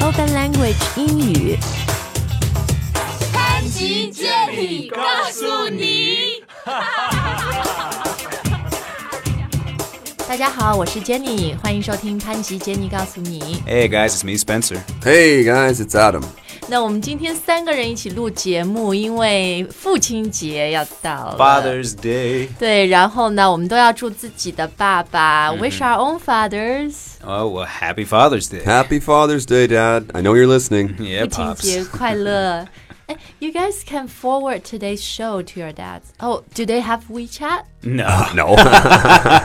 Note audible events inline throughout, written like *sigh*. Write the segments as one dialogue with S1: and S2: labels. S1: Golden Language 英语。
S2: 潘吉建议告诉你，
S1: *laughs* 大家好，我是 Jenny，欢迎收听潘吉 Jenny 告诉你。
S3: Hey guys, it's me, Spencer.
S4: Hey guys, it's Adam.
S1: 那我们今天三个人一起录节目，因为父亲节要到了。
S3: Father's Day.
S1: 对，然后呢，我们都要祝自己的爸爸、Wish our own fathers，
S3: Oh, well, happy Father's Day.
S4: Happy Father's Day, Dad. I know you're
S3: *laughs*
S4: listening. *laughs*
S3: Yeah,
S1: 父亲
S3: Pops.
S1: 节快乐。 *laughs* 哎，You guys can forward today's show to your dads. Oh, do they have
S4: *laughs*
S1: WeChat?
S3: No.
S4: No.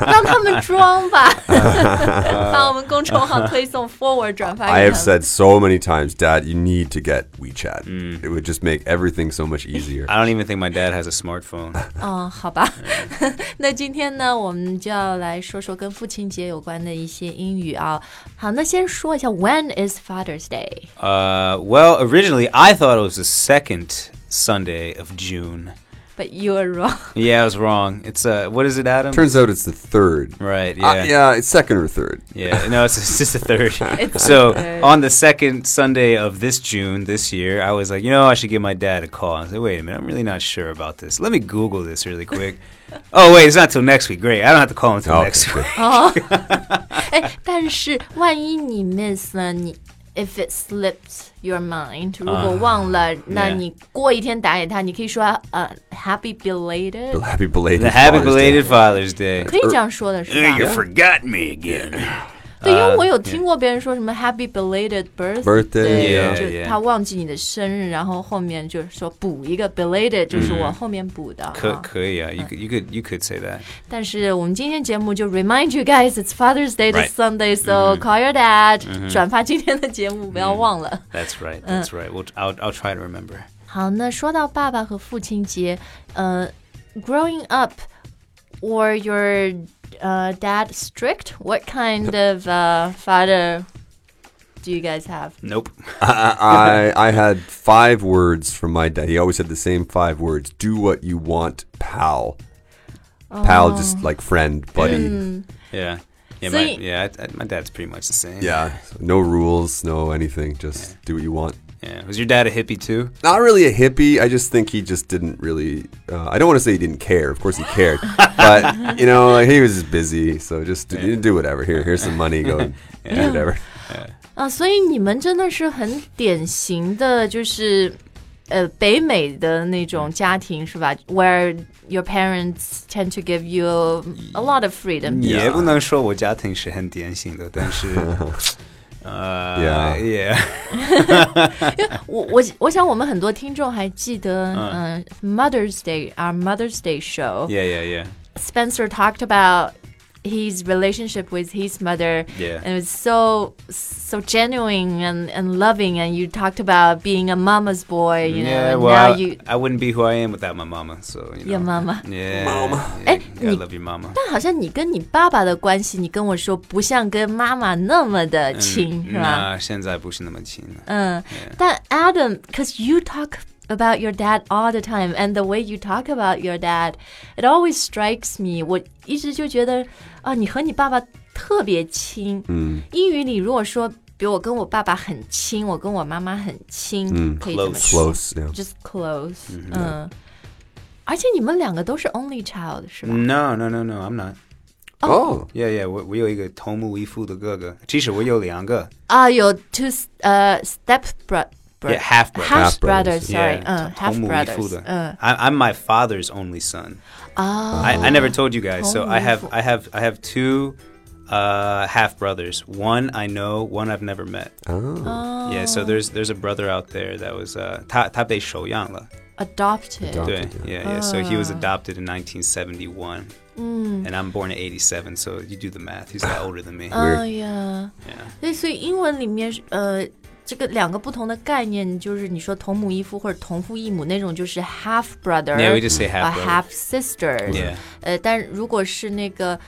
S1: 让他们装吧，把我们公众号推
S4: *laughs*
S1: 送 forward 转发
S4: *laughs* I
S1: 给
S4: have
S1: 他们。
S4: said so many times, Dad, you need to get WeChat.
S3: Mm.
S4: It would just make everything so
S3: *laughs*
S4: much easier.
S3: I don't even think my dad has a smartphone.
S1: 嗯，好吧。 *laughs* 那今天呢，我们就要来说说跟父亲节有关的一些英语啊。好，那先说一下 When is Father's Day？
S3: Uh, well, originally I thought it was the second Sunday of June.
S1: But you are wrong.
S3: Yeah, I was wrong. It's uh, what is it, Adam?
S4: Turns out it's the third.
S3: right. Yeah.
S4: Uh, yeah, it's second or third.
S3: Yeah, no, it's, it's just the third.
S1: *laughs* It's
S3: so
S1: the third.
S3: on the second Sunday of this June this year, I was like, you know, I should give my dad a call. I was like, wait a minute, I'm really not sure about this. Let me Google this really
S1: *laughs*
S3: quick. oh wait, it's not till next week. Great, I don't have to call until
S4: Oh,
S3: next
S4: okay.
S3: week.
S1: 哦， *laughs* 哎，但是万一你 miss 了你。If it slips your mind，如
S3: 啊
S1: 果忘了那
S3: yeah
S1: 你过一天打给他，你可以说呃、Happy belated，
S4: *laughs* Happy belated.
S3: The happy
S4: Father's Day.
S3: belated Father's Day.
S1: 可以这样说的是吧
S3: You forgot me again.
S1: 对，因
S3: 啊
S1: 为我有听过别人说什么 Happy belated birthday，,
S4: Birthday，
S3: yeah
S1: 就是他忘记你的生日，然后后面就是说补一个 belated，就是
S3: 嗯
S1: 我后面补的。
S3: Could,
S1: 啊
S3: could, yeah, you could, you could, you could say that.
S1: 但是我们今天节目就 remind you guys it's Father's Day this
S3: Right Mm-hmm
S1: Sunday，so call your dad，、转发今天的节目，不要忘了。
S3: That's right. That's right. We'll, I'll, I'll try to remember.
S1: 好，那说到爸爸和父亲节，呃，growing up or your 呃、dad strict，what kind of、uh, father do you guys have？
S3: Nope. *laughs*
S4: I, I I had five words from my dad. He always had the same five words. Do what you want, pal. Pal,
S3: Oh.
S4: just like friend, buddy.
S3: Mm. Yeah. Yeah.
S1: So
S3: my,
S1: you-
S3: yeah. I, I, my dad's pretty much the same.
S4: Yeah. So no rules, no anything. Just do what you want.
S3: Yeah. Was your dad a hippie too?
S4: Not really a hippie. I just think he just didn't really. Uh, I don't want to say he didn't care. Of course he cared, but you know, like he was just busy. So just do, do whatever. Here, here's some
S3: *laughs*
S4: money. Go do whatever.
S1: 啊，所以你们真的是很典型的，就是呃北美的那种家庭是吧？Where your parents tend to give you a lot of freedom.
S3: 也不能说我家庭是很典型的，但是，呃
S4: Yeah.
S3: yeah.
S1: 我我我想我们很多听众还记得，嗯、m o t h e r s Day our Mother's Day show.
S3: Yeah, yeah, yeah.
S1: Spencer talked about his relationship with his mother.
S3: Yeah.
S1: And it was so so genuine and, and loving and you talked about being a mama's boy, you know.
S3: yeah,
S1: and
S3: well,
S1: now you
S3: I, I wouldn't be who I am without my mama, so, you know.
S1: your mama. *laughs*
S3: Yeah.
S4: Mama.
S3: Yeah,
S1: Eh,
S3: gotta
S1: 你-
S3: love your mama.
S1: 但好像你跟你爸爸的关系，你跟我说不像跟妈妈那么的亲，是吧？
S3: 那现在不是那么亲了。
S1: 嗯，但 Adam，cause you talk about your dad all the time, and the way you talk about your dad, it always strikes me。我一直就觉得啊，你和你爸爸特别亲。嗯，英语里如果说，比如我跟我爸爸很亲，我跟我妈妈很亲，可以这么说
S4: Close. Yeah.
S1: j u s t close。嗯，而且你们两个都是 only child，是吧？
S3: No, no, no, no, I'm not.
S4: Oh.
S3: Yeah, yeah, 我我有一个同母异父的哥哥，其实我有两个。
S1: Ah, your two s- uh step brother.
S3: Yeah, half
S1: Half
S3: brother.
S4: Half brothers,
S1: brothers, sorry.
S3: Yeah,
S1: 嗯 half brothers. uh。
S3: 同母异父的。
S1: 嗯
S3: I, I'm my father's only son.
S1: 啊
S3: I, I never told you guys. So I have
S1: 同母异父。
S3: I have I have two uh, half brothers. One I know, one I've never met.
S4: Oh,
S3: Yeah, so there's there's a brother out there that was uh 他-他被收养了。
S1: adopted.
S4: Adopt-
S3: 对
S4: Adopted,
S3: yeah, yeah. So
S1: Ah.
S3: he was adopted in 1971.
S1: Mm.
S3: And I'm born in 87, so you do the math. He's a lot older than me.
S1: 哎呀，
S3: yeah.
S1: 对，Oh, 所以英文里面是呃。这个两个不同的概念，就是你说同母异父或者同父异母那种，就是 half brother，
S3: Yeah, we just say
S1: 啊
S3: half brother.
S1: half sisters。
S3: Yeah.
S1: 呃，但如果是那个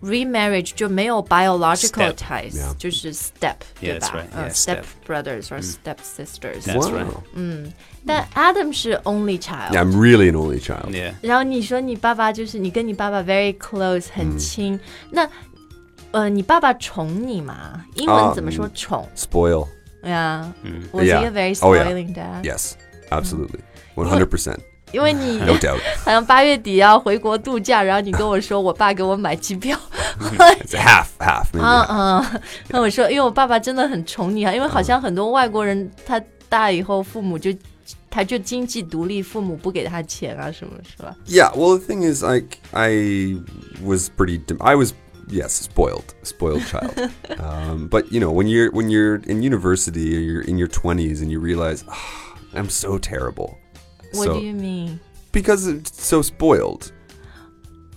S1: remarriage 就没有 biological
S3: Step,
S1: ties，
S4: yeah.
S1: 就是 step，对
S3: Yeah,
S1: 吧
S3: that's right,
S1: 嗯
S3: yeah,
S1: step
S3: step
S1: brothers or step sisters。
S3: That's
S4: Wow.
S3: right.
S1: 但 Adam 是 only child。
S4: Yeah, I'm really an only child.
S3: Yeah.
S1: 然后你说你爸爸就是你跟你爸爸 very close
S4: 嗯
S1: 很亲，那呃，你爸爸宠你吗？英文怎么说宠？
S4: 啊嗯 Spoil.
S1: Yeah. Was he
S4: Yeah.
S1: a very
S4: Oh, yeah.
S1: spoiling dad?
S4: Yes, absolutely, one hundred percent,
S1: 因为
S4: *laughs*
S1: 你
S4: no doubt.
S1: 好像八月底要回国度假，然后你跟我说我爸给我买机
S4: *laughs*
S1: 票，
S4: It's half, half. Maybe
S1: 啊
S4: half.
S1: 嗯，那我说，因为我爸爸真的很宠你啊，因为好像很多外国人他大以后父母就他就经济独立，父母不给他钱啊什么是吧？
S4: Yeah, well, the thing is, like, I was pretty. Dem- I was yes, spoiled, spoiled
S1: *laughs*
S4: child. um, but you know, when you're when you're in university or you're in your twenties and you realize, "Ah, I'm so terrible.
S1: What
S4: so
S1: do you mean？
S4: because it's so spoiled,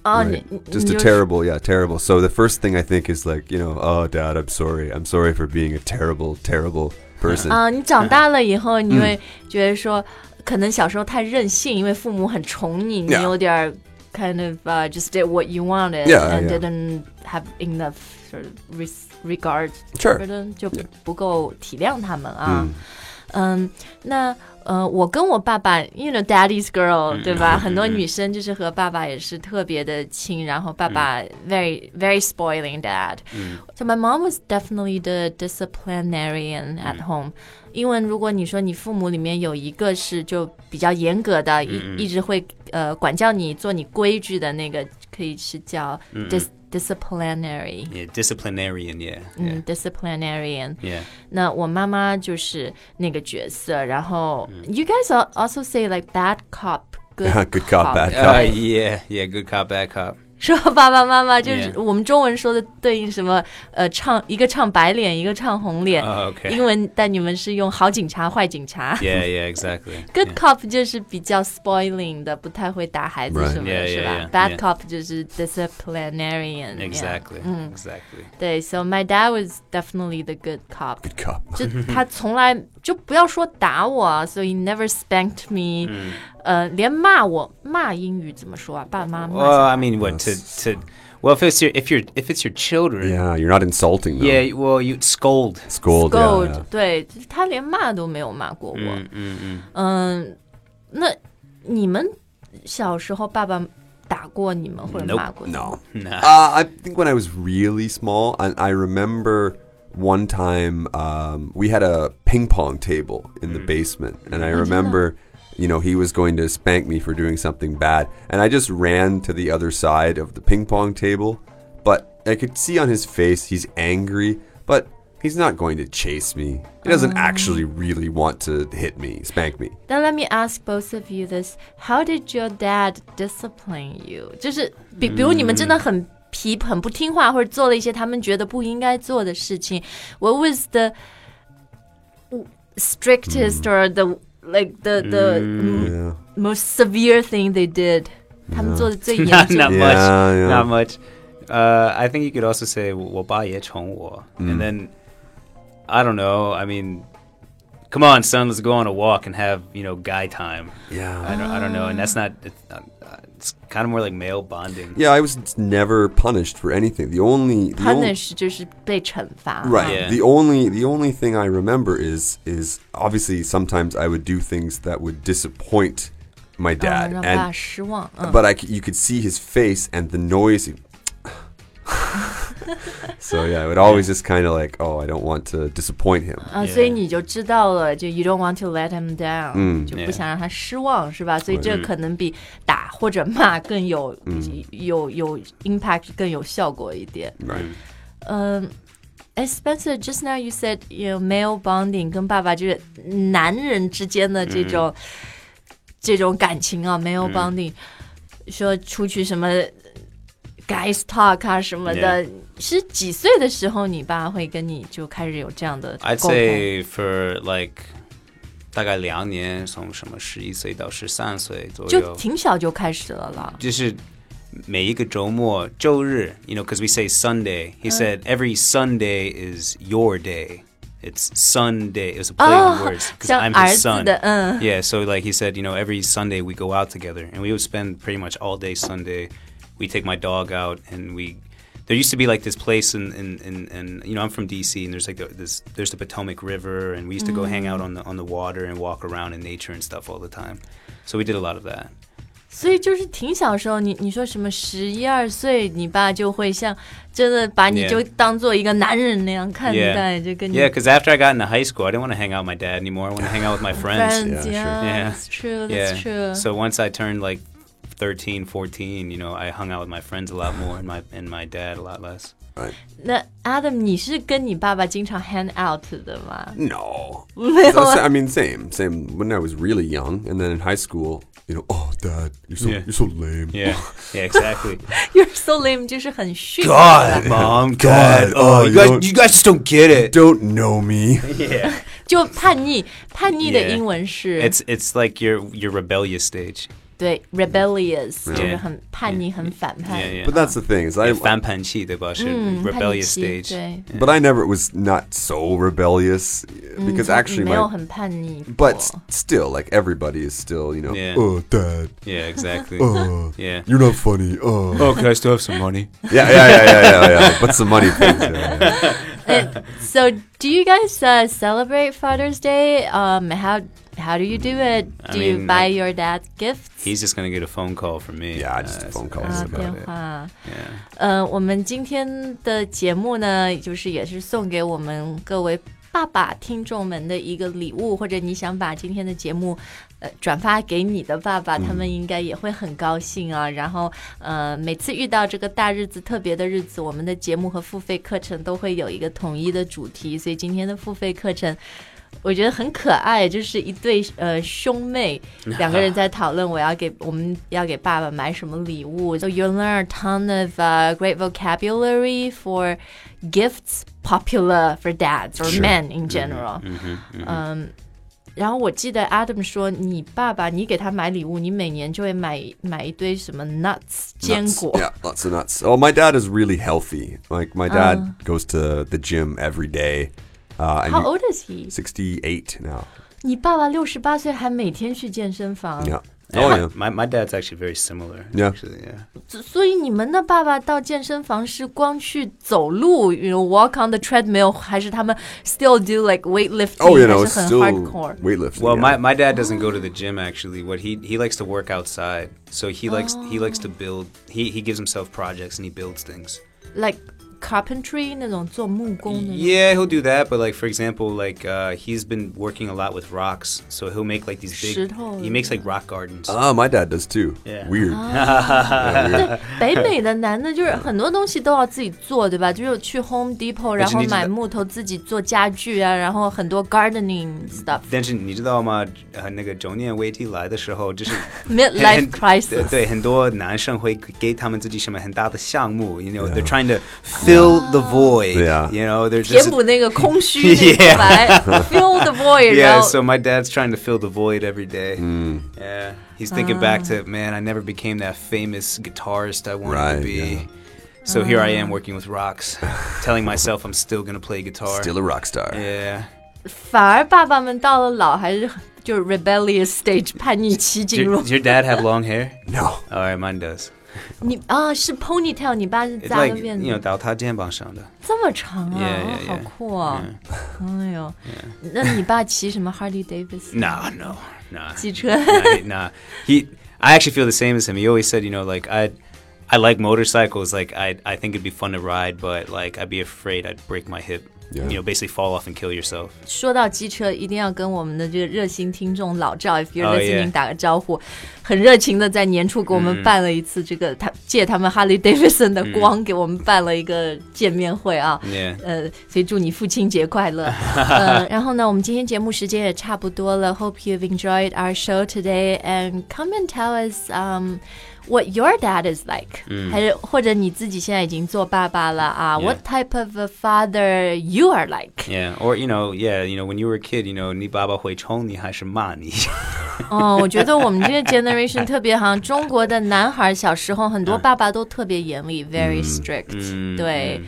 S1: 哦，你
S4: right?
S1: 你
S4: just
S1: 你就
S4: a terrible, yeah, terrible. So the first thing I think is like, you know, oh, dad, I'm sorry. I'm sorry for being a terrible, terrible person. 嗯
S1: 啊、你长大了以后，你会觉得说，可能小时候太任性，因为父母很宠你，你
S4: Yeah.
S1: 有点儿 kind of、uh, just did what you wanted
S4: Yeah,
S1: and
S4: yeah.
S1: didn't have enough sort of res- regard
S4: Sure.
S1: 觉得就不
S4: Yeah.
S1: 不够体谅他们啊。嗯，那呃，我跟我爸爸，you know daddy's girl，、对吧？很多女生就是和爸爸也是特别的亲，然后爸爸 very、very spoiling dad、So my mom was definitely the disciplinarian at home、英文如果你说你父母里面有一个是就比较严格的，一一直会呃管教你做你规矩的那个，可以是叫 dis、disciplinary，
S3: Yeah, disciplinarian. Yeah,
S1: 嗯、d i s c i p l i n a r i a n
S3: yeah, yeah.
S1: 那我妈妈就是那个角色，然后、you guys al- also say like bad cop good
S4: *laughs* Good cop,
S1: *laughs*
S4: bad
S3: Uh,
S4: cop.
S3: yeah, yeah. Good cop, bad cop.
S1: 说爸爸妈妈就是
S3: Yeah.
S1: 我们中文说的对应什么？呃，唱一个唱白脸，一个唱红脸。
S3: Oh, okay.
S1: 英文但你们是用好警察、坏警察。
S4: *laughs*
S3: Yeah, yeah, exactly.
S1: *laughs* Good
S3: yeah.
S1: cop 就是比较 spoiling 的，不太会打孩子
S4: Right.
S1: 什么的
S3: Yeah,
S1: 是
S3: yeah,
S1: 吧
S3: yeah,
S1: Bad
S3: yeah.
S1: cop 就是 disciplinarian yeah。Mm.
S3: Exactly.
S1: 嗯，
S3: Exactly.
S1: 对。So my dad was definitely the good cop.
S4: Good cop. *laughs*
S1: *laughs* 就他从来就不要说打我啊，所以 never spanked me，、呃，连骂我骂英语怎么说啊？爸爸妈妈骂
S3: Well,
S1: 小
S3: I mean, what to to? Well, if it's your if your if it's your children,
S4: Yeah, you're not insulting them.
S3: yeah. Well, you scold.
S4: scold. yeah,
S1: scold，
S4: yeah.
S1: 对他连骂都没有骂过我。嗯那你们小时候爸爸打过你们或者
S3: Nope，
S1: 骂过你们
S4: No.
S3: Nah.
S4: Uh, I think when I was really small, and I remember one time um, we had a ping pong table in the basement, and I remember, you know, he was going to spank me for doing something bad, and I just ran to the other side of the ping pong table, but I could see on his face he's angry, but. He's not going to chase me. He doesn't actually really want to hit me, spank me.
S1: Then let me ask both of you this: How did your dad discipline you？就是比比如你们真的很皮、很不听话，或者做了一些他们觉得不应该做的事情，What was the
S4: Hmm.
S1: strictest or the like the the
S4: Yeah.
S1: most severe thing they did？他们做的
S3: *laughs*
S1: 最严
S3: not
S4: *laughs*
S1: 重
S3: not
S1: 的
S4: Yeah,
S3: much.
S4: yeah.
S3: Not much. Uh, I think you could also say "我爸也宠我,"
S4: Mm.
S3: and then I don't know. I mean, come on, son, let's go on a walk and have you know guy time.
S4: Yeah.
S3: I don't, I don't know, and that's not. It's, not, uh, it's kind of more like male bonding.
S4: Yeah, I was never punished for anything. The only the only-
S1: punish 就是被惩罚。
S3: Yeah.
S4: Right. The only the only thing I remember is is obviously sometimes I would do things that would disappoint
S3: Oh,
S4: my
S1: 啊
S4: dad,
S1: 让爸
S4: and
S1: 爸失望。
S3: Uh.
S1: 嗯
S4: but I c- you could see his face and the noise. *laughs* he- so yeah, I would always just kind of like, oh, I don't want to disappoint him.
S3: Uh.
S1: 啊，所以你就知道了，就 you don't want to let him down，、就不
S3: Yeah
S1: 想让他失望，是吧？所以这可能比打或者骂更有、有有 impact，更有效果一点。
S4: Right.
S1: 嗯，哎，Spencer，just now you said you know, male bonding 跟爸爸就是男人之间的这种、这种感情啊，male bonding，、说出去什么 guys talk 啊什么的。是几岁的时候，你爸会跟你就开始有这样的
S3: I'd
S1: 沟通
S3: say for like 大概两年，从什么十一岁到十三岁左右，
S1: 就挺小就开始了啦。
S3: 就是每一个周末周日, you know, because we say Sunday.
S1: Uh.
S3: He said every Sunday is your day. It's Sunday. It was a play on
S1: 哦
S3: words because
S1: 像
S3: I'm
S1: 儿
S3: his
S1: 子
S3: son.
S1: 的，嗯，
S3: Yeah, so like he said, you know, every Sunday we go out together, and we would spend pretty much all day Sunday. We take my dog out, and we. There used to be like this place in, in, in, in you know I'm from DC and there's like the, this there's the Potomac River and we used to
S1: Mm.
S3: go hang out on the on the water and walk around in nature and stuff all the time, so we did a lot of that.
S1: 所以就是挺小时候，你你说什么十一二岁，你爸就会像真的把你
S3: Yeah.
S1: 就当做一个男人那样看
S3: Yeah.
S1: 待，就跟你
S3: Yeah, because after I got into high school, I didn't want to hang out with my dad anymore. I want to hang out with
S1: *laughs*
S3: my friends.
S1: friends, yeah,
S4: Yeah, sure.
S3: Yeah.
S1: that's true,
S3: yeah.
S1: that's true.
S3: So once I turned like 13, 14, you know, I hung out with my friends a lot more and my and my dad a lot less.
S1: 那 Adam，你是跟你爸爸经常 hang out 的吗？
S3: *laughs*
S4: No.
S1: Really?
S4: So, I mean, same, same. When I was really young, and then in high school, you know, oh, dad, you're so,
S3: Yeah.
S4: you're so lame.
S3: *laughs* Yeah. Yeah, exactly.
S1: You're so lame，就是很逊。
S3: mom,
S4: God, oh, you don't-
S3: guys don't get it.
S4: Don't know me.
S3: *laughs* Yeah.
S1: 就叛逆，叛逆的
S3: Yeah.
S1: 英文是
S3: It's it's like your your rebellious stage.
S1: 对 rebellious，
S4: Yeah.
S1: 就是很叛逆、很反叛。
S3: Yeah, yeah.
S4: But that's the thing is, I,
S3: Fanpanchi,
S1: 嗯，
S3: rebellious
S1: 叛逆期
S3: stage.
S1: 对，
S4: but I never was not so rebellious
S1: Mm.
S4: because actually
S1: 没有
S4: my,
S1: 很叛逆过。
S4: but s- still, like everybody is still, you know,
S3: Yeah.
S4: oh, dad,
S3: *laughs* Yeah, exactly. *laughs*
S4: oh,
S3: Yeah.
S4: you're not funny.
S3: *laughs*
S4: Oh,
S3: Oh, can I still have some money?
S4: yeah, yeah, yeah, yeah, yeah, yeah. But some money, please. Yeah,
S1: *laughs*
S4: yeah.
S1: So, do you guys uh, celebrate Father's Day? Um, how how do you do it?
S3: I
S1: Do you
S3: mean,
S1: buy
S3: like-
S1: your dad gifts?
S3: *laughs*
S1: Uh,
S3: He's just gonna get a phone call from me.
S4: Yeah, just a
S3: that's-
S4: phone call.
S1: 啊，
S3: that's
S4: 嗯
S1: 电
S3: about it.
S1: 话。
S3: Yeah.
S1: 呃，我们今天的节目呢，就是也是送给我们各位爸爸听众们的一个礼物，或者你想把今天的节目。呃，转发给你的爸爸，他们应该也会很高兴啊。然后，呃，每次遇到这个大日子、特别的日子，我们的节目和付费课程都会有一个统一的主题。所以今天的付费课程，我觉得很可爱，就是一对呃兄妹两个人在讨论我要给我们要给爸爸买什么礼物。So you learn a ton of、uh, great vocabulary for gifts popular for dads or men in general. 嗯，然后我记得 Adam 说，你爸爸你给他买礼物，你每年就会买买一堆什么 nuts 坚
S4: Nuts.
S1: 果。
S4: Yeah, lots of nuts. Oh, my dad is really healthy. Like my dad goes to the gym every day. Uh, and
S1: Uh. How
S4: he-
S1: old is he？
S4: Sixty-eight now.
S1: 你爸爸六十八岁还每天去健身房。
S4: Yeah.
S3: Yeah,
S4: Oh
S3: my-
S4: yeah.
S3: My, my dad's actually very similar.
S4: Yeah.
S3: Actually, yeah.
S1: 所以你们的爸爸到健身房是光去走路，you know walk on the treadmill，还是他们 still do like weightlifting，、
S4: Oh, you know,
S1: 还是很
S4: still
S1: hardcore？
S4: weightlifting.
S3: Well, my,
S4: yeah.
S3: my dad doesn't go to the gym actually. What he he likes to work outside. So he likes he likes to build. He he gives himself projects and he builds things.
S1: like carpentry 那种做木工的那种。
S3: Yeah, he'll do that. But like for example, like uh, he's been working a lot with rocks. So he'll make like these big.
S1: Shithole.
S3: He makes like rock gardens.
S4: Ah, my dad does too.
S3: Yeah.
S4: Weird.
S1: Ah. 对，
S3: *laughs*
S1: 北美的男的就是很多东西都要自己做，对吧？就是去 Home Depot，然后
S3: 你知道
S1: 买木头自己做家具啊，然后很多 gardening stuff。
S3: 但是你知道吗？呃，那个中年危机来的时候，就是
S1: *laughs* Midlife
S3: 很
S1: crisis
S3: *laughs* 对，很多男生会给他们自己什么很大的项目，you know，they're trying to fill the void，you
S4: Yeah.
S3: know，they're
S1: 填
S3: just
S1: 补那个空
S3: *laughs*
S1: 虚那个
S3: Yeah.
S1: 白，fill the void，然
S3: Yeah,
S1: 后
S3: so my dad's trying to fill the void every day.
S4: Hmm.
S3: Yeah, he's thinking back to man, I never became that famous guitarist I wanted
S4: Right,
S3: to be.
S4: yeah.
S3: So here I am working with rocks, telling myself I'm still gonna play guitar.
S4: Still a rock star.
S3: yeah,
S1: 反而爸爸们到了老还是就是 rebellious stage 叛逆期进
S3: Do-
S1: 入
S3: does。your dad have long hair?
S4: No.
S3: All right, mine does.
S1: 你啊，是 ponytail，你爸是
S3: It's
S1: 扎
S3: like
S1: 个辫
S3: you know,
S1: 子，
S3: 到他肩膀上的。
S1: 这么长啊
S3: Yeah,
S1: 哦
S3: yeah,
S1: 好
S3: yeah.
S1: 酷啊！哎呦，那你爸骑什么 Harley Davidson？
S3: Nah, no, nah.
S1: 机车
S3: nah, he- nah. He, I actually feel the same as him. He always said, you know, like I, I like motorcycles. Like I, I think it'd be fun to ride, but like I'd be afraid I'd break my hip.
S4: Yeah.
S3: You know, basically fall off and kill yourself.
S1: 说到机车，一定要跟我们的这个热心听众老赵，if you're
S3: Oh,
S1: listening，、
S3: yeah.
S1: 打个招呼。很热情的在年初给我们办了一次这个，他借他们 Harley Davidson 的光给我们办了一个见面会啊。
S3: Yeah.
S1: 呃，所以祝你父亲节快
S3: *laughs*
S1: 乐。呃，然后呢，我们今天节目时间也差不多了。Hope you've enjoyed our show today and come and tell us um what your dad is like，、还是或者你自己现在已经做爸爸了啊
S3: 嗯 Yeah.
S1: What type of a father you are like？
S3: Yeah, or you know, yeah, you know, when you were a kid, you know, 你爸爸会宠你还是骂你？
S1: 哦，我觉得我们这个 generation 特别好像中国的男孩小时候很多
S3: 嗯
S1: 爸爸都特别严厉，very strict，、对、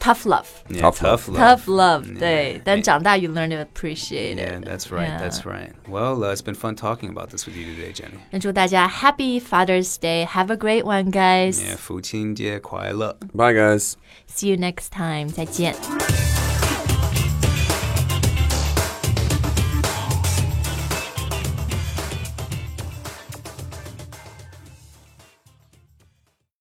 S1: t o u g h love，tough
S3: *laughs* Yeah,
S4: Tough
S3: 嗯 tough love.
S1: love，, 对
S3: Yeah.，
S1: 但长大 you learn to appreciate it。
S3: Yeah, that's right.
S1: Yeah.
S3: That's right. Well, uh, it's been fun talking about this with you today, Jenny.
S1: 那祝大家 Happy Father's Day，Have a great one, guys。
S3: Yeah, 父亲节快乐。
S4: Bye, guys.
S1: See you next time，再见。